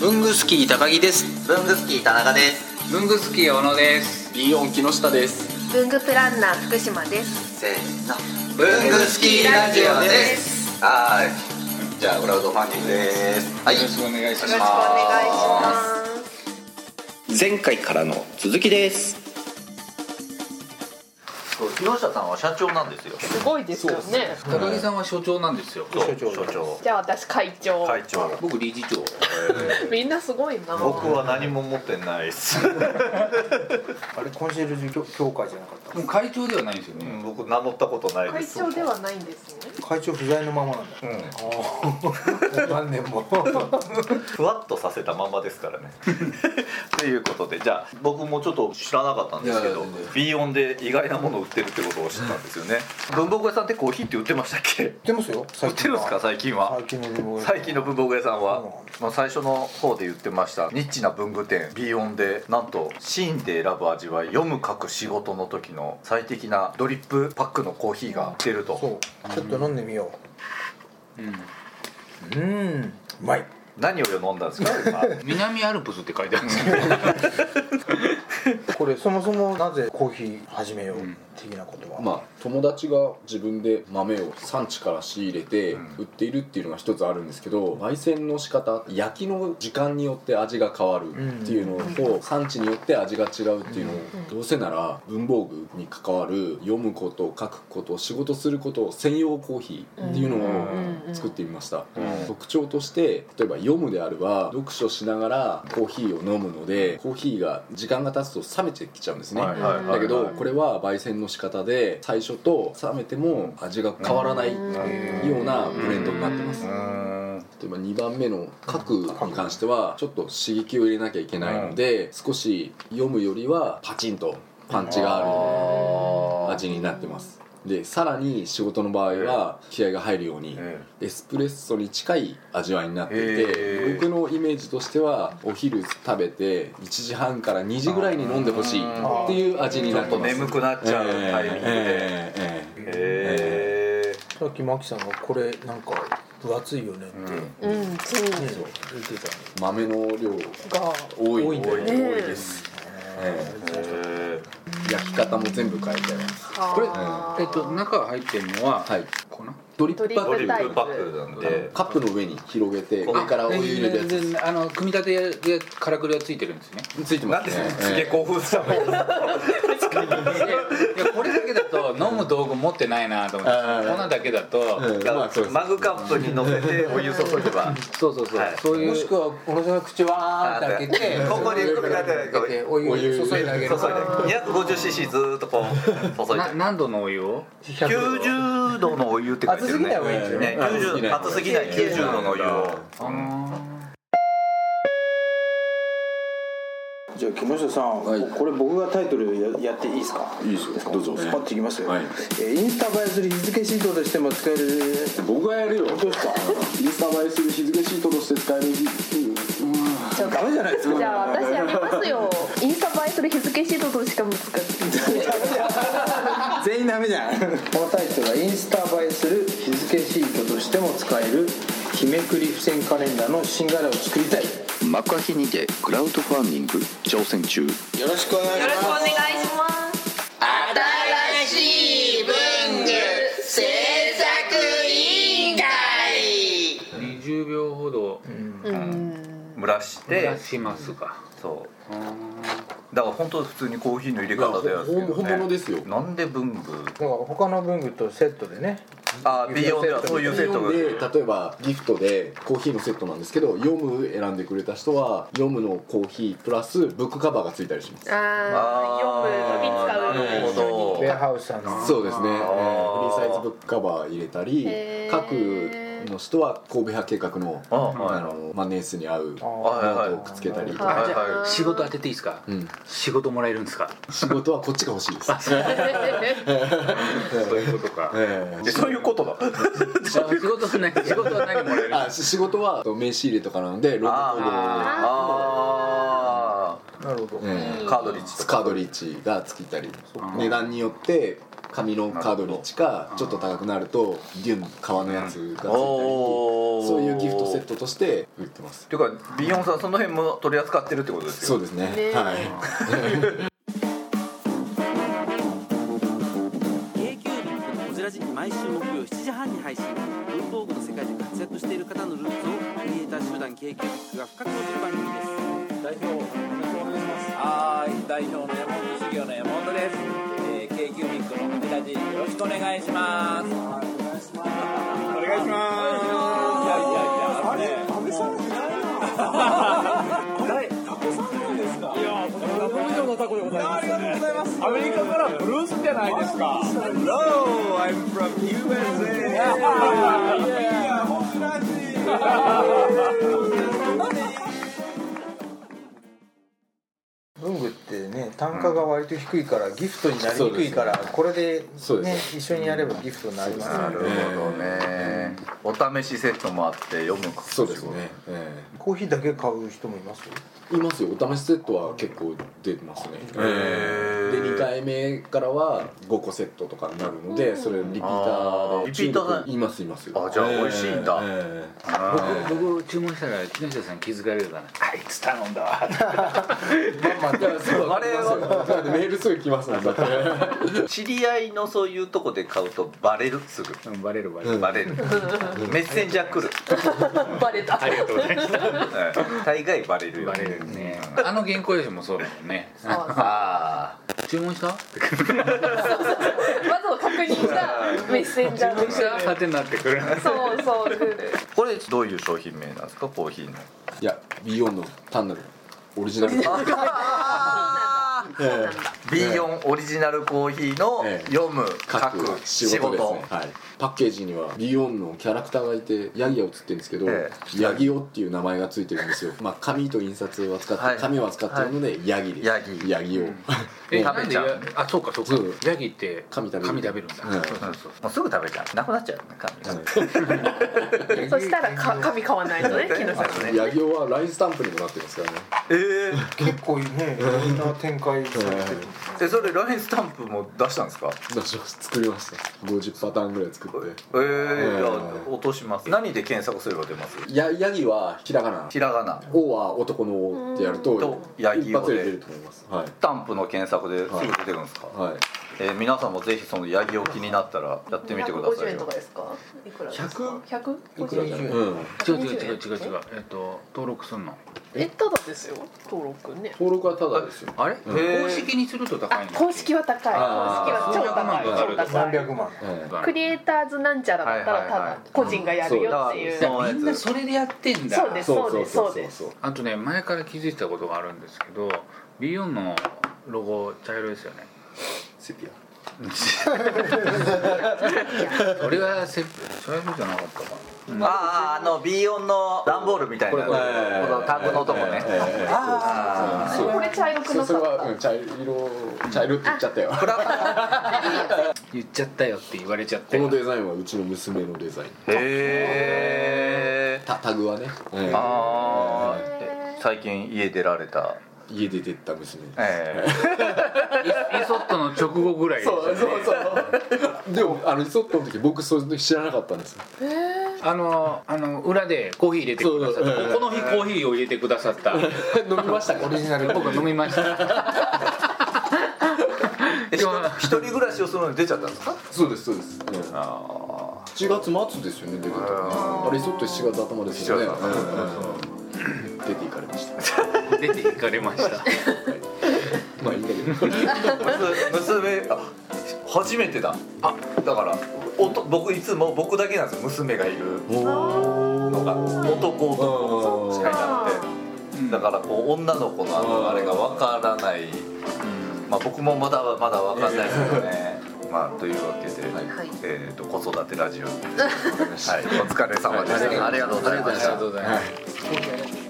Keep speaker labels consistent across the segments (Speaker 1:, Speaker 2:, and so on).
Speaker 1: 文具スキー高木です
Speaker 2: 文具スキー田中です
Speaker 3: 文具スキー小野です
Speaker 4: ビヨン木下です
Speaker 5: 文具プランナー福島です
Speaker 2: せーの文具スキーラジオですはーいじゃあグラウドファンディングですはい
Speaker 3: よろしくお願いし
Speaker 5: よ
Speaker 3: ま
Speaker 5: ろ
Speaker 3: す
Speaker 5: しくお願いします
Speaker 6: 前回からの続きです
Speaker 2: そう木下さんは社長なんですよ
Speaker 7: すごいですよね
Speaker 3: 高木さんは所長なんですよ
Speaker 2: 社長社長
Speaker 7: じゃあ私会長
Speaker 2: 会長
Speaker 3: 僕理事長
Speaker 7: みんなすごいな
Speaker 2: 僕は何も持ってないです
Speaker 4: あれコンシェルジュ協協会じゃなかっ
Speaker 3: もう会長ではないんですよね、
Speaker 2: 僕名乗ったことない
Speaker 7: 会長ではないんですね
Speaker 4: た会長不在のままなんだ
Speaker 2: うん
Speaker 4: ああ何年も
Speaker 2: ふわっとさせたまんまですからね ということでじゃあ僕もちょっと知らなかったんですけ
Speaker 3: いやい
Speaker 2: ど
Speaker 3: や全然
Speaker 2: ビヨンで意外なものを売ってるってことを知ったんですよね文房具屋さんってコーヒーって売ってましたっけ
Speaker 4: 売ってますよ
Speaker 2: 売ってるんですか最近は
Speaker 4: 最近の文房具
Speaker 2: 最近の文房具屋さんは
Speaker 4: そうなん
Speaker 2: まあ最初の方で言ってましたニッチな文具店ビヨンでなんとシーンで選ぶ味わい読む書く仕事の時の最適なドリップパックのコーヒーが売ってると
Speaker 4: そうちょっと飲んでみよ
Speaker 3: うん、
Speaker 4: ううんうまい
Speaker 2: 何を飲んだんですか今
Speaker 3: 南アルプスって書いてあるんですけど
Speaker 4: これそもそもなぜコーヒー始めよう的なことは、
Speaker 6: まあ友達が自分で豆を産地から仕入れて売っているっていうのが一つあるんですけど焙煎の仕方焼きの時間によって味が変わるっていうのと産地によって味が違うっていうのをどうせなら文房具に関わる読むこと書くこと仕事すること専用コーヒーっていうのを作ってみました特徴として例えば読むであれば読書しながらコーヒーを飲むのでコーヒーが時間が経つと冷めてきちゃうんです ね
Speaker 2: はいはいはいはい
Speaker 6: だけどこれは焙煎の仕方で最初と冷めても味が変わらないようなブレンドになってます
Speaker 2: うーん
Speaker 6: 例えば2番目の核に関してはちょっと刺激を入れなきゃいけないので少し読むよりはパチンとパンチがある味になってますでさらに仕事の場合は気合が入るように
Speaker 2: え
Speaker 6: エスプレッソに近い味わいになってい
Speaker 2: へ
Speaker 6: て
Speaker 2: ー
Speaker 6: 僕のイメージとしてはお昼食べて1時半から2時ぐらいに飲んでほしいっていう味に
Speaker 2: ちょ
Speaker 6: な
Speaker 2: っ
Speaker 6: っ
Speaker 2: てと
Speaker 6: ます
Speaker 2: 眠くなっちゃうタイミングで
Speaker 6: えーえーえー
Speaker 2: へー
Speaker 4: さっきマキさんがこれなんか分厚いよねって
Speaker 2: う
Speaker 4: ね
Speaker 2: ん
Speaker 7: うんそう
Speaker 4: 言ってた
Speaker 6: 豆の量
Speaker 7: が
Speaker 6: 多い
Speaker 4: 多いんだよね
Speaker 6: 多いです、え
Speaker 2: へ
Speaker 6: ー焼き方も全部変えてます
Speaker 3: これ
Speaker 7: あー
Speaker 3: えっと中入ってるのは、
Speaker 6: はい
Speaker 3: 粉
Speaker 6: ドリップパ
Speaker 2: ド
Speaker 6: ッ
Speaker 2: リ
Speaker 6: ク
Speaker 2: ップパックなんで
Speaker 6: カップの上に広げて上からお湯入れるや
Speaker 3: 全然あの組み立てでからくりはついてるんですね
Speaker 6: つついて
Speaker 2: な
Speaker 6: ま
Speaker 2: んですす
Speaker 6: ね
Speaker 2: すげえ
Speaker 6: え
Speaker 2: 興奮したの
Speaker 3: いやこれだけだと飲む道具持ってないなと思って
Speaker 6: あー
Speaker 3: 粉だけだと、
Speaker 6: えうんまあそうです
Speaker 2: マグカップに乗せてお湯注げば
Speaker 3: そうそうそう、
Speaker 2: はい
Speaker 3: そういう
Speaker 4: もしくは俺の口わーって開けて
Speaker 2: ここにこれが出て
Speaker 4: 開けてお湯注いで あげ
Speaker 2: 注
Speaker 4: る
Speaker 2: いで 250cc ずーっとこう注い
Speaker 3: な
Speaker 2: で
Speaker 3: 何度のお湯を
Speaker 2: 90度のお湯って書いてるね
Speaker 4: 熱すぎない方がいいですよ
Speaker 2: ね90熱すぎない90度のお湯を
Speaker 8: じゃあ木下さん、
Speaker 6: はい
Speaker 8: これ僕がタイトルややっていいですか
Speaker 6: いいですよどうぞ
Speaker 8: スパッといきますよ、
Speaker 6: はい
Speaker 8: えーインスタ映えする日付シートとしても使える
Speaker 6: 僕がやるよ
Speaker 8: どうですか
Speaker 6: インスタ映えする日付シートとして使える日
Speaker 8: ダメじゃないですか
Speaker 7: じゃあ私やりますよインスタ映えする日付シートとしかも使ってない
Speaker 8: 全員ダメじゃんこのタイトルはインスタ映えする日付シートとしても使える日めくり付箋カレンダーの新柄を作りたいよ
Speaker 9: 幕開けにてクラウドファンディング挑戦中
Speaker 8: ろしくお願いします
Speaker 5: お願いします
Speaker 3: 20秒ほど
Speaker 2: 蒸らし
Speaker 3: 蒸ら
Speaker 2: て
Speaker 3: しますが、
Speaker 2: そうだから本当普通にコーヒーの入れ方でやるんですけどね
Speaker 6: 本物ですよ
Speaker 2: なんで文具
Speaker 4: だから他の文具とセットでね
Speaker 2: あビヨンではそういうセットが
Speaker 6: で例えばギフトでコーヒーのセットなんですけど読む選んでくれた人は読むのコーヒープラスブックカバーがついたりします
Speaker 2: あー
Speaker 7: あー読む
Speaker 2: なるほ
Speaker 7: 時使う
Speaker 2: ど
Speaker 4: ウェアハウスさんの
Speaker 6: そうですね、え
Speaker 2: あー
Speaker 6: ーフリーサイズブックカバー入れたり
Speaker 7: へー
Speaker 6: 各の人は神戸派計画の
Speaker 2: あはい
Speaker 6: あのマネースに合うノ
Speaker 2: はいはい
Speaker 6: ートをくっつけたりと
Speaker 2: はい
Speaker 6: か、
Speaker 2: は
Speaker 3: 仕事当てていいですか、
Speaker 6: うん、
Speaker 3: 仕事もらえるんですか
Speaker 6: 仕事はこっちが欲しいです、
Speaker 3: そういうこと か
Speaker 6: え
Speaker 2: いでそういうことだ
Speaker 3: 仕事は何仕事は何もらえる
Speaker 6: ーあし仕事はと名刺入れとかなのでロ
Speaker 2: あーあ
Speaker 6: ゴ
Speaker 4: なるほど
Speaker 6: えー
Speaker 2: ーカードリッジとか
Speaker 6: カードリッチがつきたり値段によって紙のカードリッジかちょっと高くなるとデュン革のやつがついたり
Speaker 2: おー
Speaker 6: そういうギフトセットとして売ってます
Speaker 2: ていうかビヨンさんその辺も取り扱ってるってことですよ
Speaker 6: そうですね
Speaker 7: ね
Speaker 6: はい
Speaker 4: 文具ってね単価が割と低いからギフトになりにくいからこれで
Speaker 6: そうで
Speaker 4: ね
Speaker 6: す
Speaker 4: 一緒にやればギフトになります
Speaker 2: なる
Speaker 4: ね
Speaker 2: ほどね、お試しセットもあって読む
Speaker 6: そうですね、え
Speaker 4: コーヒーだけ買う人もいますよ
Speaker 6: えいますよお試しセットは結構出てますね、
Speaker 2: へ
Speaker 6: で2回目からは5個セットとかになるのでそれリピータ
Speaker 2: あー
Speaker 6: ーで
Speaker 2: リピーターさん
Speaker 6: 中毒いますいます
Speaker 2: あじゃあ美味しいんだ
Speaker 6: ええ
Speaker 3: 僕僕注文したら木下さん気づかれるかなあいつ頼んだわ
Speaker 6: いやそうあれはだってメールすぐ来ますもんだって
Speaker 2: 知り合いのそういうとこで買うとバレるすぐ
Speaker 3: うんバレるバレる
Speaker 2: バ レるメッセンジャー来る、
Speaker 7: バレた
Speaker 3: ありがとうございます
Speaker 2: うん大概バレるよ
Speaker 3: バレるねあの原稿用紙もそうだもんね
Speaker 2: ああ
Speaker 3: 注文した注
Speaker 7: まずは確認したメッセンジャー
Speaker 3: 文した
Speaker 7: で
Speaker 3: はてになってくる
Speaker 7: そうそうグー
Speaker 2: これどういう商品名なんですかコーヒーの
Speaker 6: いやビヨンの単なるオリジナルえ
Speaker 2: ビヨンオリジナルコーヒーの
Speaker 6: ええ
Speaker 2: 読む
Speaker 6: え
Speaker 2: 書く仕事
Speaker 6: ですね、はい、パッケージにはビヨンのキャラクターがいてヤギが写ってるんですけど、
Speaker 2: え
Speaker 6: ヤギオっていう名前がついてるんですよまあ紙と印刷は使って、
Speaker 2: はい
Speaker 6: 紙は使ってるので、ヤギです
Speaker 2: ヤギ
Speaker 6: ヤギオ、
Speaker 3: え
Speaker 2: 食べちゃう
Speaker 3: なんでやあそうかそうか
Speaker 6: そう
Speaker 3: ヤギって
Speaker 6: 紙食べる
Speaker 3: るんだ
Speaker 6: うん
Speaker 3: そうそうそう
Speaker 2: もうすぐ食べちゃうなくなっちゃうよね紙が
Speaker 7: ルそしたらか紙買わないとね木下さん
Speaker 2: そうね
Speaker 6: ヤギオはラインスタンプにもなってますからね
Speaker 2: え
Speaker 4: 結構ねいろんな展開されてる
Speaker 2: えそれ LINE スタンプも出したんですか
Speaker 6: 出します作りました50パターンぐらい作って
Speaker 2: ええじゃあ落とします何で検索すれば出ます
Speaker 6: やヤギはひらがな
Speaker 2: ひらがなス
Speaker 6: 「お」は男の「お」ってやる
Speaker 2: と
Speaker 6: と
Speaker 2: ヤギ
Speaker 6: 一
Speaker 2: オ
Speaker 6: 発
Speaker 2: で
Speaker 6: で出ると思いますはい
Speaker 2: タンプの検索ですぐ出てくるんですか、
Speaker 6: はい
Speaker 2: えー皆さんもぜひそのヤギを気になったらやってみてくださ
Speaker 7: 150
Speaker 2: い
Speaker 7: 円と
Speaker 2: よ
Speaker 7: かですかいくらですか
Speaker 6: 100
Speaker 7: 100?
Speaker 6: いくらじゃない、うん、
Speaker 3: 違う違う違う違う違うえっと登録すんの
Speaker 7: えただですよ登録ね
Speaker 6: 登録はただですよ
Speaker 3: あれ
Speaker 2: へー
Speaker 3: 公式にすると高いの
Speaker 7: 公式は高い公式
Speaker 6: あー
Speaker 7: は超高い超
Speaker 4: 何
Speaker 7: 高い
Speaker 4: 百万
Speaker 6: ええ
Speaker 7: クリエイターズなんちゃらだったらた
Speaker 2: はいはいは
Speaker 7: だ
Speaker 2: い
Speaker 7: 個人がやるよっていう
Speaker 2: そうだ
Speaker 3: みんなそれでやってんだ
Speaker 7: そうですそうですそうです
Speaker 6: そう
Speaker 3: あとね前から気づいてたことがあるんですけど B4 のロゴ茶色ですよね
Speaker 6: セピア
Speaker 3: 俺はセそういうことじゃなかったか
Speaker 2: あああの B 音の段ボールみたいなこ
Speaker 6: これこれ
Speaker 2: のタグのとこね、
Speaker 6: ええええ
Speaker 2: ああ
Speaker 7: これ茶色く
Speaker 6: そ
Speaker 7: な
Speaker 6: うそ
Speaker 7: か
Speaker 6: れ
Speaker 7: っ
Speaker 6: は、うん、茶色茶色って言っちゃったよ
Speaker 3: な言っちゃったよって言われちゃって
Speaker 6: このデザインはうちの娘のデザイン
Speaker 2: へえ
Speaker 6: タタグはね、ええ
Speaker 2: ああ最近家出られた
Speaker 6: 家出てった娘です
Speaker 2: え
Speaker 3: イソットの直後ぐらいですよね
Speaker 6: そうそうでもあのリソットの時僕その時知らなかったん ですよ
Speaker 3: あのあの裏でコーヒー入れてくださった
Speaker 6: そう
Speaker 3: ここの日コーヒーを入れてくださった
Speaker 6: 飲みましたか
Speaker 4: オリジナル
Speaker 3: 僕飲みました
Speaker 2: えひと一人暮らしをするのに出ちゃったんですか
Speaker 6: そうですそうです、うん
Speaker 2: あ
Speaker 6: 7月末ですよね出てたのあれそっと7月頭ですよね
Speaker 2: 7月頭
Speaker 6: うん出て行かれました
Speaker 3: 出て行かれました
Speaker 6: まあいいんだ けど
Speaker 2: あ娘あ初めてだあだからおと僕いつも僕だけなんですよ娘がいるのが男男しかいなくてだからこう女の子のあのあれがわからない、まあ、僕もまだまだわかんないですけどね、 まあ、というわけで、
Speaker 5: はい
Speaker 2: えー、と子育てラジオ、はい、お疲れ様でした、
Speaker 6: はい
Speaker 2: ありがとうございま
Speaker 3: あ
Speaker 2: し
Speaker 3: りが
Speaker 2: た
Speaker 3: とうございます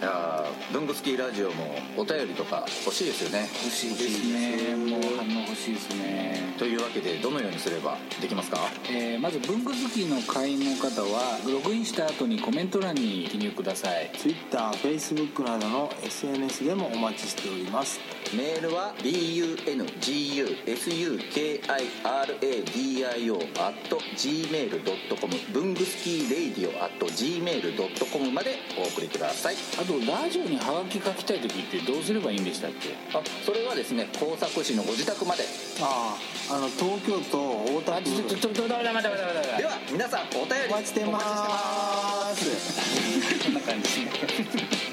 Speaker 2: いやー
Speaker 9: 文具スキーラジオもお便りとか欲しいですよね
Speaker 3: 欲しいですねもう反応欲しいですね
Speaker 9: というわけでどのようにすればできますか
Speaker 3: えーまず文具好きの会員の方はログインした後にコメント欄に記入ください
Speaker 10: TwitterFacebook などの SNS でもお待ちしております
Speaker 9: メールは bungusukiradio.gmail.com 文具スキーレイディオ at .gmail.com までお送りください
Speaker 3: あとラジオにハガキ書きたい時ってどうすればいいんでしたっけ
Speaker 9: あそれはですね工作士のご自宅まで
Speaker 10: あああの東京都大田
Speaker 3: あちょ
Speaker 10: 区
Speaker 3: ちょちょちょダメダメダメダメダメ
Speaker 9: では皆さんお便り
Speaker 10: お待ちしてます
Speaker 3: こんな感じですね